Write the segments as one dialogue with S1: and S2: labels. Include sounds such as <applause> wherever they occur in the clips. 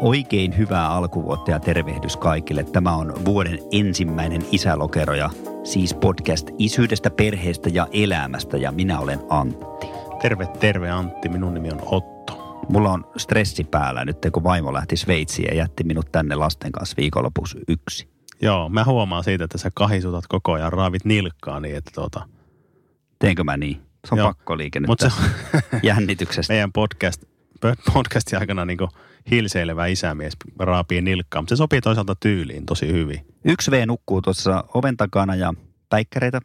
S1: Oikein hyvää alkuvuotta ja tervehdys kaikille. Tämä on vuoden ensimmäinen isälokero ja siis podcast isyydestä, perheestä ja elämästä ja minä olen Antti.
S2: Terve, terve Antti. Minun nimi on Otto.
S1: Mulla on stressi päällä nyt, kun vaimo lähti Sveitsiin ja jätti minut tänne lasten kanssa viikonlopussa yksi.
S2: Joo, mä huomaan siitä, että sä kahisutat koko ajan, raavit nilkkaa niin, että tuota,
S1: Teenkö mä niin? Se on
S2: Joo.
S1: pakkoliike nyt
S2: Mut se-
S1: tästä <laughs> jännityksestä.
S2: meidän podcast, <laughs> podcastin aikana niin hilseilevä isämies raapii nilkkaa, mutta se sopii toisaalta tyyliin tosi hyvin.
S1: Yksi V nukkuu tuossa oven takana ja päikkäreitä.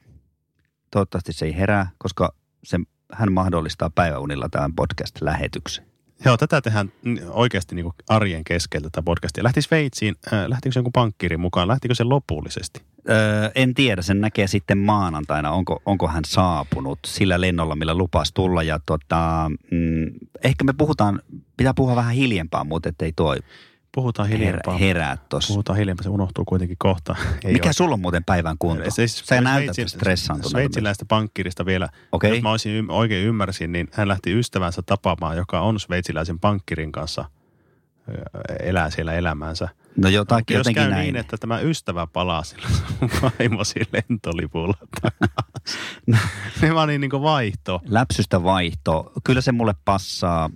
S1: Toivottavasti se ei herää, koska se, hän mahdollistaa päiväunilla tämän podcast-lähetyksen.
S2: Joo, tätä tehdään mm, oikeasti niin arjen keskeltä tätä podcastia. Lähti Sveitsiin, äh, lähtikö se jonkun pankkiiri mukaan, lähtikö se lopullisesti?
S1: Öö, en tiedä, sen näkee sitten maanantaina, onko, onko hän saapunut sillä lennolla, millä lupas tulla. Ja tota, mm, ehkä me puhutaan, pitää puhua vähän hiljempää, mutta ettei toi
S2: Puhutaan No, hiljempaa.
S1: her, herää tuossa.
S2: Puhutaan hiljempää, se unohtuu kuitenkin kohta. <laughs> Ei
S1: Mikä
S2: ole.
S1: sulla on muuten päivän kunto?
S2: Siis
S1: Sä näytät
S2: Sveitsin-
S1: stressaantuneelta.
S2: Sveitsiläistä pankkirista vielä.
S1: Okei.
S2: Jos mä olisin ym- oikein ymmärsin, niin hän lähti ystävänsä tapaamaan, joka on sveitsiläisen pankkirin kanssa, ö, elää siellä elämäänsä.
S1: No jotakin
S2: Jos käy
S1: jotenkin
S2: niin,
S1: näin.
S2: että tämä ystävä palaa sillä sun vaimosi lentolipulla
S1: <laughs>
S2: takaisin. niin mä olin niin kuin vaihto.
S1: Läpsystä vaihto. Kyllä se mulle passaa.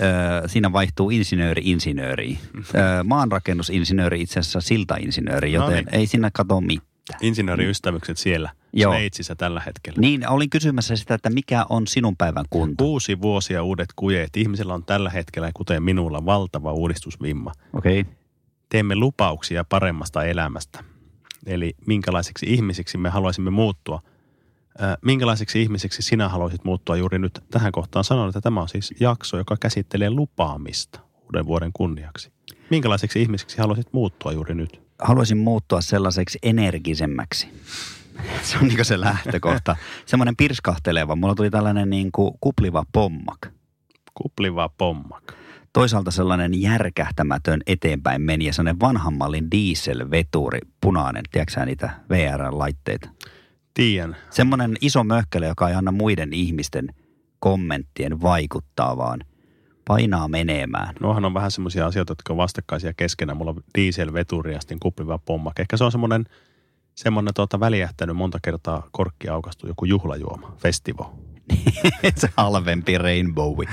S1: Öö, siinä vaihtuu insinööri
S2: <laughs>
S1: insinööriin. Öö, maanrakennusinsinööri itse asiassa siltainsinööri, joten
S2: No niin.
S1: ei siinä kato mitään.
S2: Insinööriystävykset siellä
S1: Joo.
S2: Sveitsissä tällä hetkellä.
S1: Niin, olin kysymässä sitä, että mikä on sinun päivän kunto.
S2: Uusi vuosi ja uudet kujeet. Ihmisellä on tällä hetkellä, kuten minulla, valtava uudistusvimma.
S1: Okei. Okay.
S2: teemme lupauksia paremmasta elämästä. Eli minkälaisiksi ihmisiksi me haluaisimme muuttua. Ö, Minkälaiseksi ihmiseksi sinä haluaisit muuttua juuri nyt? Tähän kohtaan sanon, että tämä on siis jakso, joka käsittelee lupaamista uuden vuoden kunniaksi. Minkälaiseksi ihmiseksi haluaisit muuttua juuri nyt?
S1: Haluaisin muuttua sellaiseksi energisemmäksi. <laughs> se on niin se lähtökohta. Semmoinen pirskahteleva. Mulla tuli tällainen niin kuin kupliva pommak.
S2: Kupliva pommak.
S1: Toisaalta sellainen järkähtämätön eteenpäin meni ja sellainen vanhan mallin dieselveturi, punainen, tiedätkö sä niitä VR-laitteita.
S2: Tiedän.
S1: Semmoinen iso möhkele, joka ei anna muiden ihmisten kommenttien vaikuttaa, vaan painaa menemään.
S2: Nuohan on vähän semmoisia asioita, jotka on vastakkaisia keskenään. Mulla on dieselveturi ja sitten kupliva pommak. Ehkä se on semmoinen, semmoinen tuota, väliähtänyt monta kertaa korkki aukastu joku juhlajuoma, festivo.
S1: <laughs> se halvempi Rainbowi.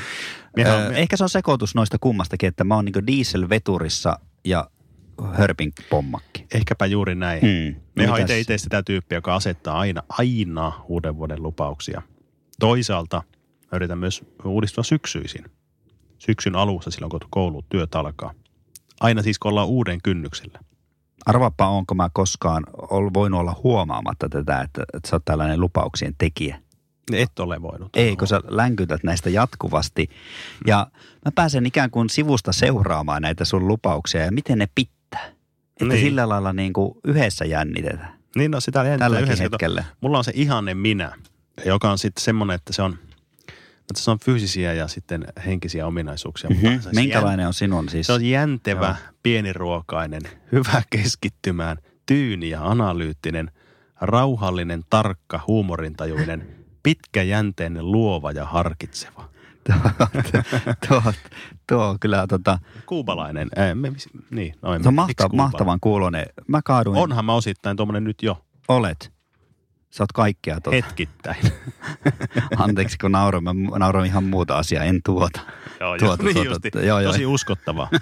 S2: Minä-
S1: Öö, ehkä se on sekoitus noista kummastakin, että mä oon niinku dieselveturissa ja hörpin pommakki.
S2: Ehkäpä juuri näin.
S1: Hmm.
S2: Me
S1: Mitäs?
S2: on itse, itse sitä tyyppiä, joka asettaa aina, aina uuden vuoden lupauksia. Toisaalta mä yritän myös uudistua syksyisin. Syksyn alussa silloin, kun koulu työt alkaa. Aina siis, kun ollaan uuden kynnyksellä.
S1: Arvaappa, onko mä koskaan ol- voinut olla huomaamatta tätä, että, että sä oot tällainen lupauksien tekijä.
S2: Niin Et ole voinut.
S1: Ei, kun sä länkytät näistä jatkuvasti. Ja mä pääsen ikään kuin sivusta seuraamaan näitä sun lupauksia ja miten ne pitää. Että niin.
S2: Niin.
S1: sillä lailla niin kuin yhdessä jännitetään.
S2: Niin, no sitä jännittää
S1: Tälläkin
S2: yhdessä, kato.
S1: hetkellä.
S2: Mulla on se ihanne minä, joka on sitten semmoinen, että se on, että se on fyysisiä ja sitten henkisiä ominaisuuksia.
S1: Mhm.
S2: mutta se on se
S1: Minkälainen on sinun siis?
S2: Se on jäntevä, pieniruokainen, hyvä keskittymään, tyyni ja analyyttinen, rauhallinen, tarkka, huumorintajuinen, pitkäjänteinen, luova ja harkitseva.
S1: tuo, tuo, tuo on kyllä tota,
S2: Kuubalainen, äh, me, mis- niin, no en,
S1: se on
S2: miksi
S1: mahta,
S2: kuubalainen?
S1: mahtavan kuulonen. Mä kaaduin, on.
S2: Onhan mä osittain tuommoinen nyt jo
S1: olet. Sä oot kaikkea tuota. <laughs>
S2: hetkittäin.
S1: Anteeksi, kun nauroin. Mä mu- nauroin ihan muuta asiaa, en
S2: <laughs>
S1: tuota.
S2: joo,
S1: Tuota,
S2: niin
S1: tuota,
S2: justi.
S1: joo, joo.
S2: Tosi
S1: <laughs>
S2: uskottava.
S1: Mä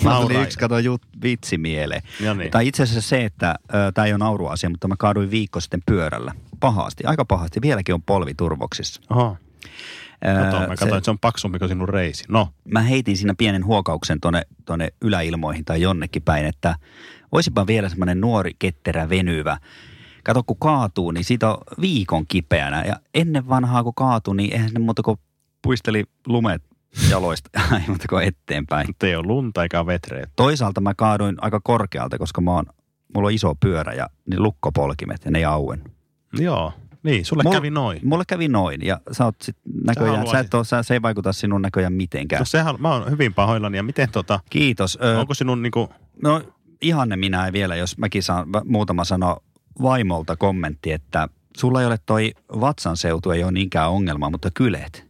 S1: tuli
S2: Nauraa.
S1: yksi, kato, jut, vitsi mieleen.
S2: Ja niin.
S1: Tai itse asiassa se, että tämä ei ole nauruasia, mutta mä kaaduin viikko sitten pyörällä. Pahasti, aika pahasti. Vieläkin on polvi turvoksissa.
S2: Oho,
S1: Ö,
S2: kato, mä katsoin,
S1: se-
S2: että se on paksumpi kuin sinun reisi. No,
S1: mä heitin siinä pienen huokauksen tuonne tonne yläilmoihin tai jonnekin päin, että olisipa vielä semmoinen nuori, ketterä, venyvä. Kato, kun kaatuu, niin siitä on viikon kipeänä. Ja ennen vanhaa, kun kaatui, niin eihän ne muuta kuin puisteli lumet jaloista <laughs> aivottako eteenpäin.
S2: Mutta ei ole lunta eikä ole vetreä.
S1: Toisaalta mä kaaduin aika korkealta, koska mä oon, mulla on iso pyörä ja ne lukkopolkimet ja ne ei auen.
S2: Joo, niin, sulle
S1: Mulla-
S2: kävi noin.
S1: Mulle kävi noin ja sä oot sit näköjään, sä
S2: haluaisit.
S1: et oo, sä, se ei vaikuta sinun näköjään mitenkään.
S2: No sehän, mä oon hyvin pahoillani. Ja miten tota,
S1: Kiitos. Ö,
S2: onko sinun niinku,
S1: No ihanne minä ei vielä, jos mäkin saan mä- muutama sano vaimolta kommentti, että sulla ei ole toi vatsan seutu, ei ole niinkään ongelma, mutta <laughs> kylet.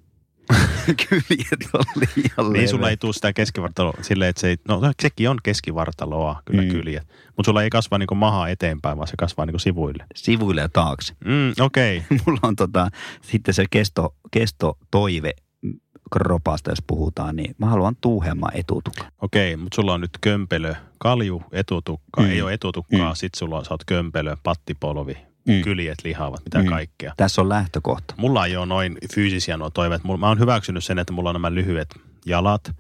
S1: Kyljet on liian
S2: niin
S1: leveät.
S2: sulla ei tule sitä keskivartaloa silleen, että se ei, no sekin on keskivartaloa, kyllä
S1: Mm.
S2: mm. kyljet. Mutta sulla ei kasva niinku maha eteenpäin, vaan se kasvaa niinku sivuille.
S1: Sivuille ja taakse. <laughs>
S2: Mm, okei. Okay.
S1: Mulla on tota, sitten se kesto, kestotoive kropasta, jos puhutaan, niin mä haluan tuuhemman etutukan.
S2: Okei, mutta sulla on nyt kömpelö, kalju, etutukka,
S1: Mm.
S2: mm. ei ole etutukkaa,
S1: Mm.
S2: mm. sit sulla on, sä oot kömpelö, pattipolvi,
S1: Mm.
S2: mm. kyljet, lihavat, mitä
S1: Mm.
S2: mm. kaikkea.
S1: Tässä on lähtökohta.
S2: Mulla ei ole noin fyysisiä nuo toiveet. Mulla- Mä oon hyväksynyt sen, että mulla on nämä lyhyet jalat.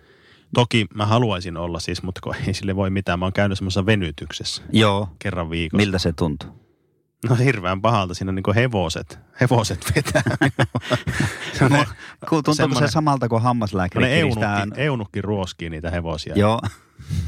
S2: Toki mä haluaisin olla siis, mutta kun <laughs> ei sille voi mitään. Mä oon käynyt semmoisessa venytyksessä
S1: Joo.
S2: kerran viikossa.
S1: Miltä se tuntuu?
S2: No hirveän pahalta. Siinä on niin hevoset. Hevoset vetää.
S1: <laughs>
S2: Niinku
S1: No,
S2: Se on ne-
S1: Ku- Tuntuuko se
S2: semmonen-
S1: samalta kuin hammaslääkäri?
S2: on ne
S1: kiristää-
S2: eunukki, eunukki ruoskii niitä hevosia.
S1: Joo,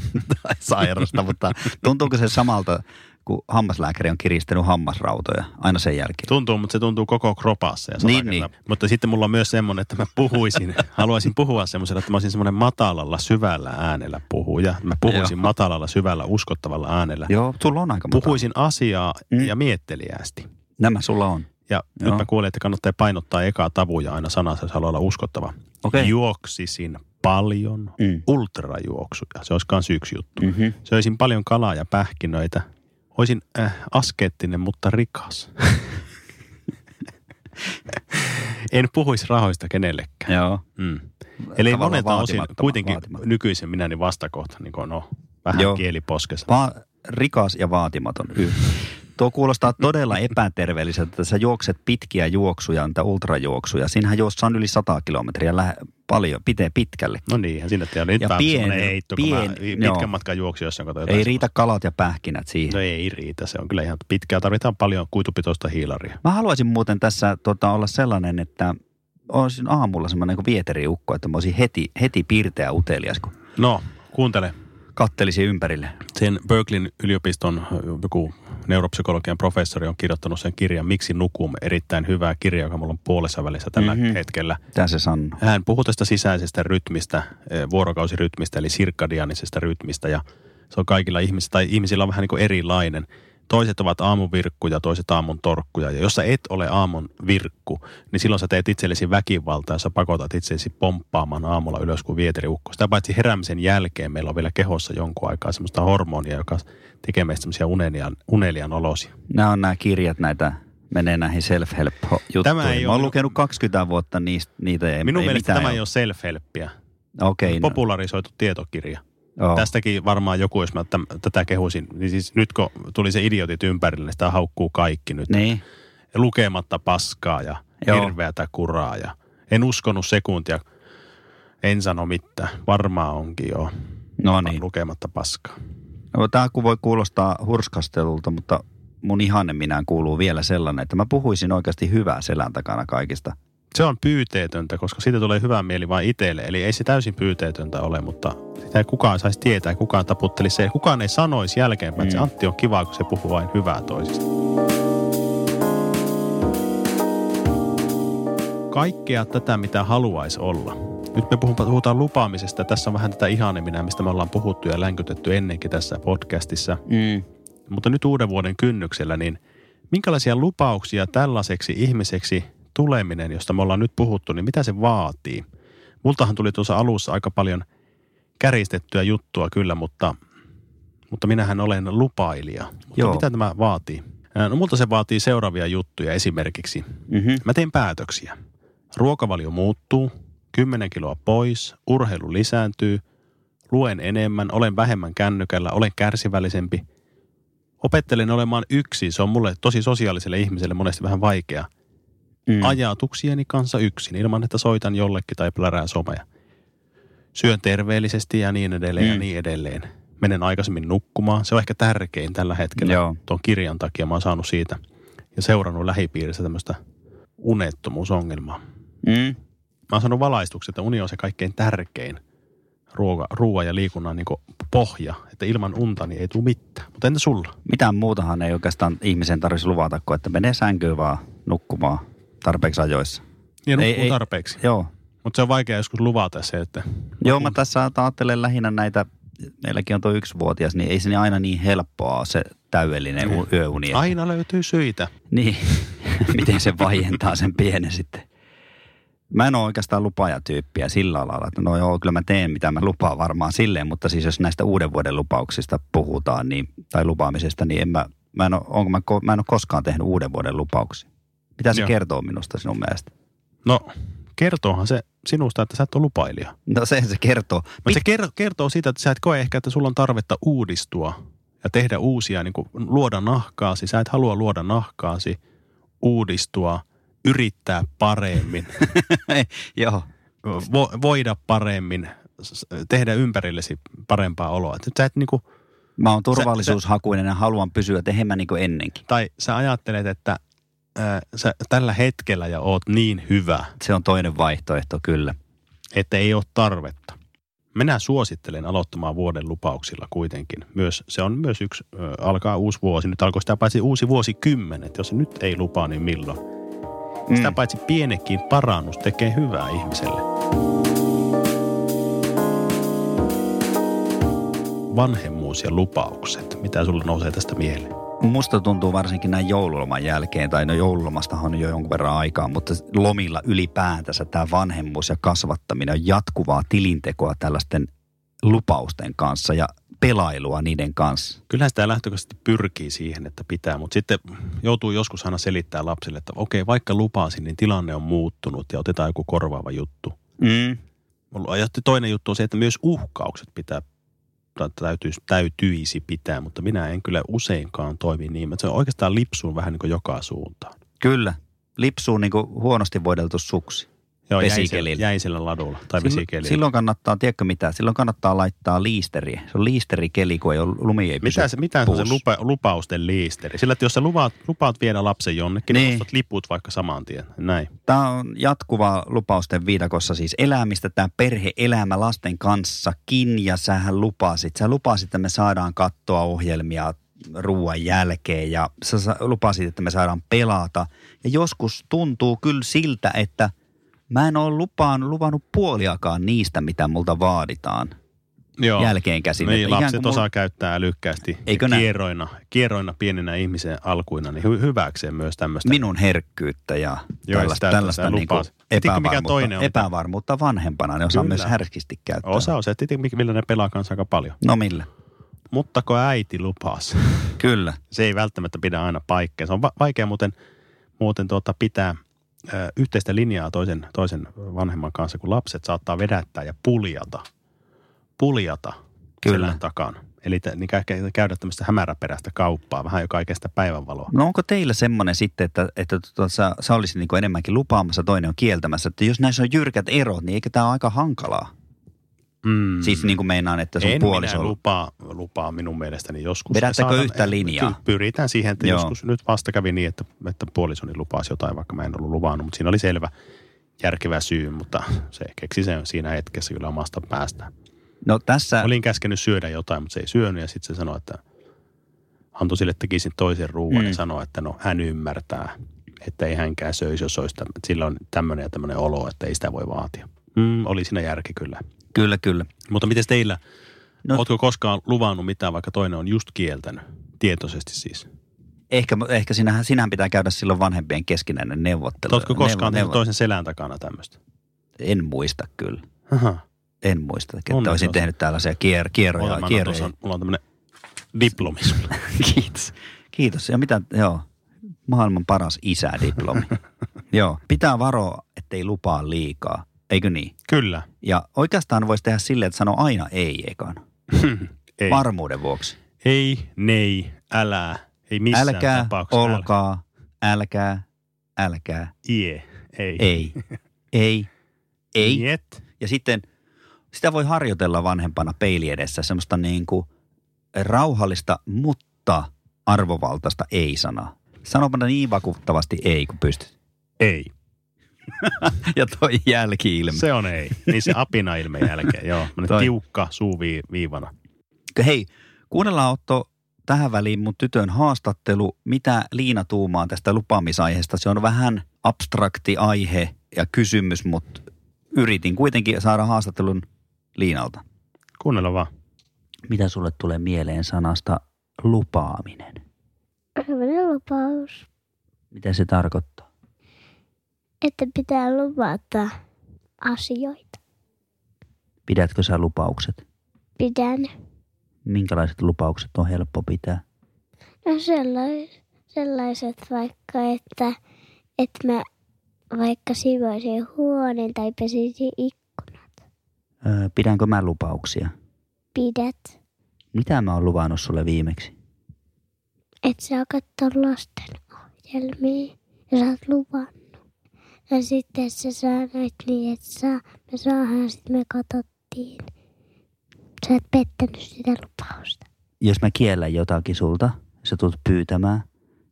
S1: <laughs> tai sairasta, mutta tuntuuko se samalta, kun hammaslääkäri on kiristänyt hammasrautoja aina sen jälkeen?
S2: Tuntuu, mutta se tuntuu koko kropassa. Ja
S1: Niin,
S2: niin, niin. Mutta sitten mulla on myös semmoinen, että mä
S1: <laughs>
S2: puhuisin, haluaisin puhua semmoisella, että mä olisin semmoinen matalalla, syvällä äänellä puhuja. Mä puhuisin matalalla, syvällä, uskottavalla äänellä.
S1: Joo, sulla on aika matala.
S2: Puhuisin asiaa
S1: Mm.
S2: mm. ja mietteliäästi.
S1: Nämä sulla on.
S2: Ja Joo.
S1: Joo.
S2: nyt mä kuulin, että kannattaa painottaa ekaa tavuja aina sanassa, jos haluaa olla uskottava.
S1: Okei.
S2: Juoksisin paljon
S1: Mm.
S2: ultrajuoksuja. Se olisi myös yksi juttu.
S1: Mm-hmm.
S2: Söisin paljon kalaa ja pähkinöitä. Olisin äh, askeettinen, mutta
S1: <laughs>
S2: rikas. en puhuisi rahoista kenellekään.
S1: Joo.
S2: Mm. Eli
S1: Tavallaan
S2: monelta osin
S1: vaatimattoma-
S2: kuitenkin
S1: vaatimattoma.
S2: nykyisen minä niin vastakohta, niin kuin no, vähän
S1: Joo.
S2: Joo. kieliposkessa.
S1: Va- rikas ja vaatimaton. Y. Tuo kuulostaa todella epäterveelliseltä, että sä juokset pitkiä juoksuja, niitä ultrajuoksuja. Siinähän juossa on yli 100 kilometriä, lähe, paljon, pitee pitkälle.
S2: No niin, siinä teillä nyt
S1: Ja
S2: vähän
S1: pieni-
S2: semmoinen heitto, kun mä
S1: pieni- joo.
S2: pitkän matkan juoksin jossain kato jotain
S1: Ei riitä kalat ja pähkinät siihen.
S2: No ei riitä, se on kyllä ihan pitkää. Tarvitaan paljon kuitupitoista hiilaria.
S1: Mä haluaisin muuten tässä tota, olla sellainen, että olisin aamulla semmoinen kuin vieteriukko, että mä olisin heti, heti pirteä utelias, kun
S2: No, kuuntele.
S1: kattelisin ympärille.
S2: Sen Berklin yliopiston äh, joku neuropsykologian professori on kirjoittanut sen kirjan Miksi nukumme? Erittäin hyvää kirja, joka mulla on puolessa välissä tällä
S1: Mhm.
S2: mm-hmm. hetkellä.
S1: Mitä se sanoo?
S2: Hän puhuu tästä sisäisestä rytmistä, eh, vuorokausirytmistä eli sirkkadianisesta rytmistä ja se on kaikilla ihmisillä, tai ihmisillä on vähän niin kuin erilainen. Toiset ovat aamuvirkkuja, toiset aamun torkkuja. Ja jos sä et ole aamun virkku, niin silloin sä teet itsellesi väkivaltaa, sä pakotat itsellesi pomppaamaan aamulla ylös kuin vieteriukko. Sitä paitsi heräämisen jälkeen meillä on vielä kehossa jonkun aikaa semmoista hormonia, joka tekee meistä semmoisia unelian, unelian olosia.
S1: Nämä on nämä kirjat, näitä menee näihin self-help-juttuihin.
S2: Tämä ei
S1: mä oon
S2: ole-
S1: lukenut 20 vuotta niistä, niitä ei,
S2: Minun
S1: ei
S2: mielestä
S1: mitään
S2: tämä ei ole self-helppiä.
S1: Okei, no.
S2: Popularisoitu tietokirja.
S1: Joo.
S2: Tästäkin varmaan joku, jos mä täm, tätä kehuisin, niin siis nyt kun tuli se idiotit ympärille, niin sitä haukkuu kaikki nyt. Ne.
S1: Niin.
S2: Lukematta paskaa ja
S1: Joo.
S2: Joo. hirveätä kuraa ja en uskonut sekuntia. En sano mitään. Varmaan onkin joo.
S1: No niin.
S2: Lukematta paskaa.
S1: No, tämä kun voi kuulostaa hurskastelulta, mutta mun ihanne minään kuuluu vielä sellainen, että mä puhuisin oikeasti hyvää selän takana kaikista.
S2: Se on pyyteetöntä, koska siitä tulee hyvä mieli vain itselle. Eli ei se täysin pyyteetöntä ole, mutta sitä ei kukaan saisi tietää, kukaan taputtelisi se. Kukaan ei sanoisi jälkeenpäin, että se
S1: Mm.
S2: Antti on kiva, kun se puhuu vain hyvää toisista. Kaikkea tätä, mitä haluaisi olla. Nyt me puhum- puhutaan lupaamisesta. Tässä on vähän tätä ihaneminä, mistä me ollaan puhuttu ja länkytetty ennenkin tässä podcastissa.
S1: Mm.
S2: Mutta nyt uuden vuoden kynnyksellä, niin minkälaisia lupauksia tällaiseksi ihmiseksi tuleminen, josta me ollaan nyt puhuttu, niin mitä se vaatii? Multahan tuli tuossa alussa aika paljon käristettyä juttua kyllä, mutta, mutta minähän olen lupailija. Mutta
S1: Joo.
S2: Joo. mitä tämä vaatii? Ää, No multa se vaatii seuraavia juttuja esimerkiksi.
S1: Mm-hmm.
S2: Mä teen päätöksiä. Ruokavalio muuttuu, 10 kiloa pois, urheilu lisääntyy, luen enemmän, olen vähemmän kännykällä, olen kärsivällisempi. Opettelen olemaan yksin, se on mulle tosi sosiaaliselle ihmiselle monesti vähän vaikea.
S1: Mm.
S2: Ajatuksieni kanssa yksin, ilman että soitan jollekin tai plärään someja. Syön terveellisesti ja niin edelleen mm. ja
S1: Mm.
S2: niin edelleen. Menen aikaisemmin nukkumaan, se on ehkä tärkein tällä hetkellä
S1: Joo.
S2: tuon kirjan takia mä oon saanut siitä ja seurannut lähipiirissä tämmöistä unettomuusongelmaa.
S1: Mm.
S2: mä oon saanut valaistuksen, että uni on se kaikkein tärkein ruoka, ruoan ja liikunnan niin pohja. Että ilman unta niin ei tule mitään. Mutta entä sulla?
S1: Mitään muutahan ei oikeastaan ihmisen tarvitsisi luvata, kuin että menee sänkyyn vaan nukkumaan tarpeeksi ajoissa.
S2: Niin
S1: Ei,
S2: ei,
S1: ei.
S2: tarpeeksi.
S1: Joo.
S2: Mutta se on vaikea joskus luvata se, että
S1: Joo, mä tässä ajattelen lähinnä näitä, meilläkin on tuo yksivuotias, niin ei se niin aina niin helppoa ole se täydellinen u- yöuni. että-
S2: aina löytyy syitä.
S1: Niin, <laughs> miten se vaientaa sen pienen sitten. Mä en ole oikeastaan lupaajatyyppiä sillä lailla, että no joo, kyllä mä teen mitä mä lupaan varmaan silleen, mutta siis jos näistä uuden vuoden lupauksista puhutaan niin, tai lupaamisesta, niin en mä, mä, en ole, onko mä, ko- mä en ole koskaan tehnyt uuden vuoden lupauksia. Mitä se
S2: Joo.
S1: kertoo minusta sinun mielestä?
S2: No, kertoohan se sinusta, että sä et ole lupailija.
S1: No se se kertoo.
S2: Mutta
S1: <laughs>
S2: se ker- kertoo siitä, että sä et koe ehkä, että sulla on tarvetta uudistua ja tehdä uusia, niin kuin luoda nahkaasi. Sä et halua luoda nahkaasi, uudistua, yrittää paremmin, <laughs>
S1: joo,
S2: vo- voida paremmin, s- tehdä ympärillesi parempaa oloa. Et Sä et niin kuin,
S1: mä oon turvallisuushakuinen ja haluan pysyä tehemään niin kuin ennenkin.
S2: tai sä ajattelet, että ää, sä tällä hetkellä ja oot niin hyvä,
S1: Se on toinen vaihtoehto kyllä.
S2: että ei ole tarvetta. Minä suosittelen aloittamaan vuoden lupauksilla kuitenkin. Myös, se on myös yksi, ö, alkaa uusi vuosi. Nyt alkoi sitä paitsi uusi vuosikymmen, että jos nyt ei lupaa, niin milloin? Mm. Sitä paitsi pienekin parannus tekee hyvää ihmiselle. Vanhemmuus ja lupaukset. Mitä sulle nousee tästä mieleen?
S1: Musta tuntuu varsinkin näin joululoman jälkeen, tai no joululomastahan on jo jonkun verran aikaa, mutta lomilla ylipäätänsä tämä vanhemmuus ja kasvattaminen on jatkuvaa tilintekoa tällaisten lupausten kanssa ja pelailua niiden kanssa.
S2: Kyllähän sitä lähtökohtaisesti pyrkii siihen, että pitää, mutta sitten joutuu joskus aina selittää lapsille, että okei, vaikka lupasin, niin tilanne on muuttunut ja otetaan joku korvaava juttu.
S1: Mm.
S2: Mulla on- Ja sitten toinen juttu on se, että myös uhkaukset pitää, tai täytyisi, täytyisi pitää, mutta minä en kyllä useinkaan toimi niin. Että se oikeastaan lipsuun vähän niin kuin joka suuntaan.
S1: Kyllä. Lipsuu niin kuin huonosti voideltu suksi.
S2: Joo,
S1: Vesikelillä.
S2: jäisellä, jäisellä ladulla tai vesikelillä.
S1: silloin kannattaa, tiedätkö mitä, silloin kannattaa laittaa liisteriä. Se on liisterikeli, kun ei ole, lumi ei pysy
S2: mitä se, mitä se on se
S1: puussa.
S2: lupa, lupausten liisteri? Sillä, että jos sä lupaat, lupaat viedä lapsen jonnekin, niin,
S1: Niin.
S2: niin ostat liput vaikka saman tien. Näin.
S1: Tämä on jatkuvaa lupausten viidakossa siis elämistä, tämä perhe-elämä lasten kanssakin ja sähän lupasit. Sä lupasit, että me saadaan katsoa ohjelmia ruoan jälkeen ja sä sa- lupasit, että me saadaan pelata. Ja joskus tuntuu kyllä siltä, että mä en ole lupaan, luvannut puoliakaan niistä, mitä multa vaaditaan
S2: Joo.
S1: jälkeen käsin.
S2: Niin, lapset osaa käyttää älykkäästi
S1: Eikö
S2: ja
S1: näin?
S2: kierroina, kierroina pieninä ihmisen alkuina, niin hy- hyväkseen myös tämmöistä.
S1: minun herkkyyttä ja
S2: Joo,
S1: tällaista,
S2: sitä-
S1: tällaista
S2: sitä
S1: niin kuin
S2: lupaa. Tiedätkö, mikä
S1: epävarmuutta,
S2: toinen on?
S1: epävarmuutta vanhempana, ne osaa
S2: Kyllä.
S1: myös härskisti käyttää.
S2: Osa on se, että tietenkin, millä ne pelaa kanssa aika paljon.
S1: No millä?
S2: Mutta kun äiti lupasi,
S1: Kyllä.
S2: <laughs> se ei välttämättä pidä aina paikkaa. Se on va- vaikea muuten, muuten tuota pitää ö, yhteistä linjaa toisen, toisen vanhemman kanssa, kun lapset saattaa vedättää ja puljata. Puljata
S1: Kyllä.
S2: selän takana. Eli t- niin kä- käydä tämmöistä hämäräperäistä kauppaa, vähän joka ei kestä päivänvaloa.
S1: No onko teillä semmoinen sitten, että, että tota, sä, sä olisit niin enemmänkin lupaamassa, toinen on kieltämässä, että jos näissä on jyrkät erot, niin eikö tämä ole aika hankalaa?
S2: Mm.
S1: Mm. Siis niin kuin meinaan, että sun
S2: en
S1: puoliso...
S2: minä lupaa, lupaa minun mielestäni joskus.
S1: Vedättekö
S2: Saadaan-
S1: yhtä linjaa?
S2: Kyllä, pyritään siihen, että
S1: Joo.
S2: Joo. joskus nyt vasta kävi niin, että, että puolisoni lupasi jotain, vaikka mä en ollut luvannut, mutta siinä oli selvä järkevä syy, mutta se keksi sen siinä hetkessä kyllä omasta päästään.
S1: No tässä...
S2: Olin käskenyt syödä jotain, mutta se ei syönyt ja sitten se sanoi, että antoi sille tekisin toisen ruuan
S1: Mm.
S2: mm. ja sanoi, että no hän ymmärtää, että ei hänkään söisi, jos olisi tämmö- sillä on tämmöinen ja tämmöinen olo, että ei sitä voi vaatia. Mm, oli siinä järki kyllä.
S1: Kyllä, kyllä.
S2: Mutta miten teillä,
S1: No-
S2: no, ootko koskaan luvannut mitään, vaikka toinen on just kieltänyt? Tietoisesti siis.
S1: Ehkä, ehkä sinähän, sinähän pitää käydä silloin vanhempien keskinäinen neuvottelu.
S2: Oletko koskaan
S1: Neuvo-
S2: tehnyt toisen selän takana tämmöistä?
S1: En muista kyllä.
S2: Aha.
S1: En muista, että
S2: Onneksi
S1: olisin
S2: olet.
S1: tehnyt tällaisia kier, kierroja.
S2: Ota, mä annan
S1: kierroja.
S2: tuossa, mulla on tämmöinen diplomi sulle.
S1: <laughs> Kiitos. Kiitos. Ja mitä, joo, maailman paras
S2: <laughs>
S1: isä-diplomi. joo, pitää varoa, ettei lupaa liikaa, eikö niin?
S2: Kyllä. <laughs>
S1: Ja oikeastaan voisi tehdä silleen, että sano aina ei ekan,
S2: Ei.
S1: varmuuden vuoksi.
S2: ei, nei, älä, ei missään
S1: älkää,
S2: tapauksessa.
S1: olkaa, älkää, älkää,
S2: Ie, ei. Niin
S1: ei, ei, ei.
S2: Niet.
S1: Ja sitten sitä voi harjoitella vanhempana peili edessä, semmoista niin kuin rauhallista, mutta arvovaltaista ei-sanaa. Sanopa niin vakuuttavasti ei, kun pystyt.
S2: Ei.
S1: ja toi jälki-ilme.
S2: Se on ei. Niin se apina ilme jälkeen, joo. Tämmönen
S1: Toi.
S2: tiukka suuviivana.
S1: Hei, kuunnellaan Otto tähän väliin mun tytön haastattelu. Mitä Liina tuumaa tästä lupaamisaiheesta? Se on vähän abstrakti aihe ja kysymys, mutta yritin kuitenkin saada haastattelun Liinalta.
S2: Kuunnella vaan.
S1: Mitä sulle tulee mieleen sanasta lupaaminen?
S3: Sellainen lupaus,
S1: Mitä se tarkoittaa?
S3: että pitää luvata asioita.
S1: Pidätkö sä lupaukset?
S3: Pidän
S1: Minkälaiset lupaukset on helppo pitää?
S3: no sellaiset, sellaiset vaikka, että, että mä vaikka sivoisin huoneen tai pesisin ikkunat.
S1: Öö, pidänkö mä lupauksia?
S3: Pidät,
S1: Mitä mä oon luvannut sulle viimeksi?
S3: et saa katsoa lasten ohjelmia ja sä oot luvannut. Ja sitten sä sanoit niin, että saa, me saahan sitten me katsottiin. Sä et pettänyt sitä lupausta.
S1: Jos mä kiellän jotakin sulta, sä tulet pyytämään,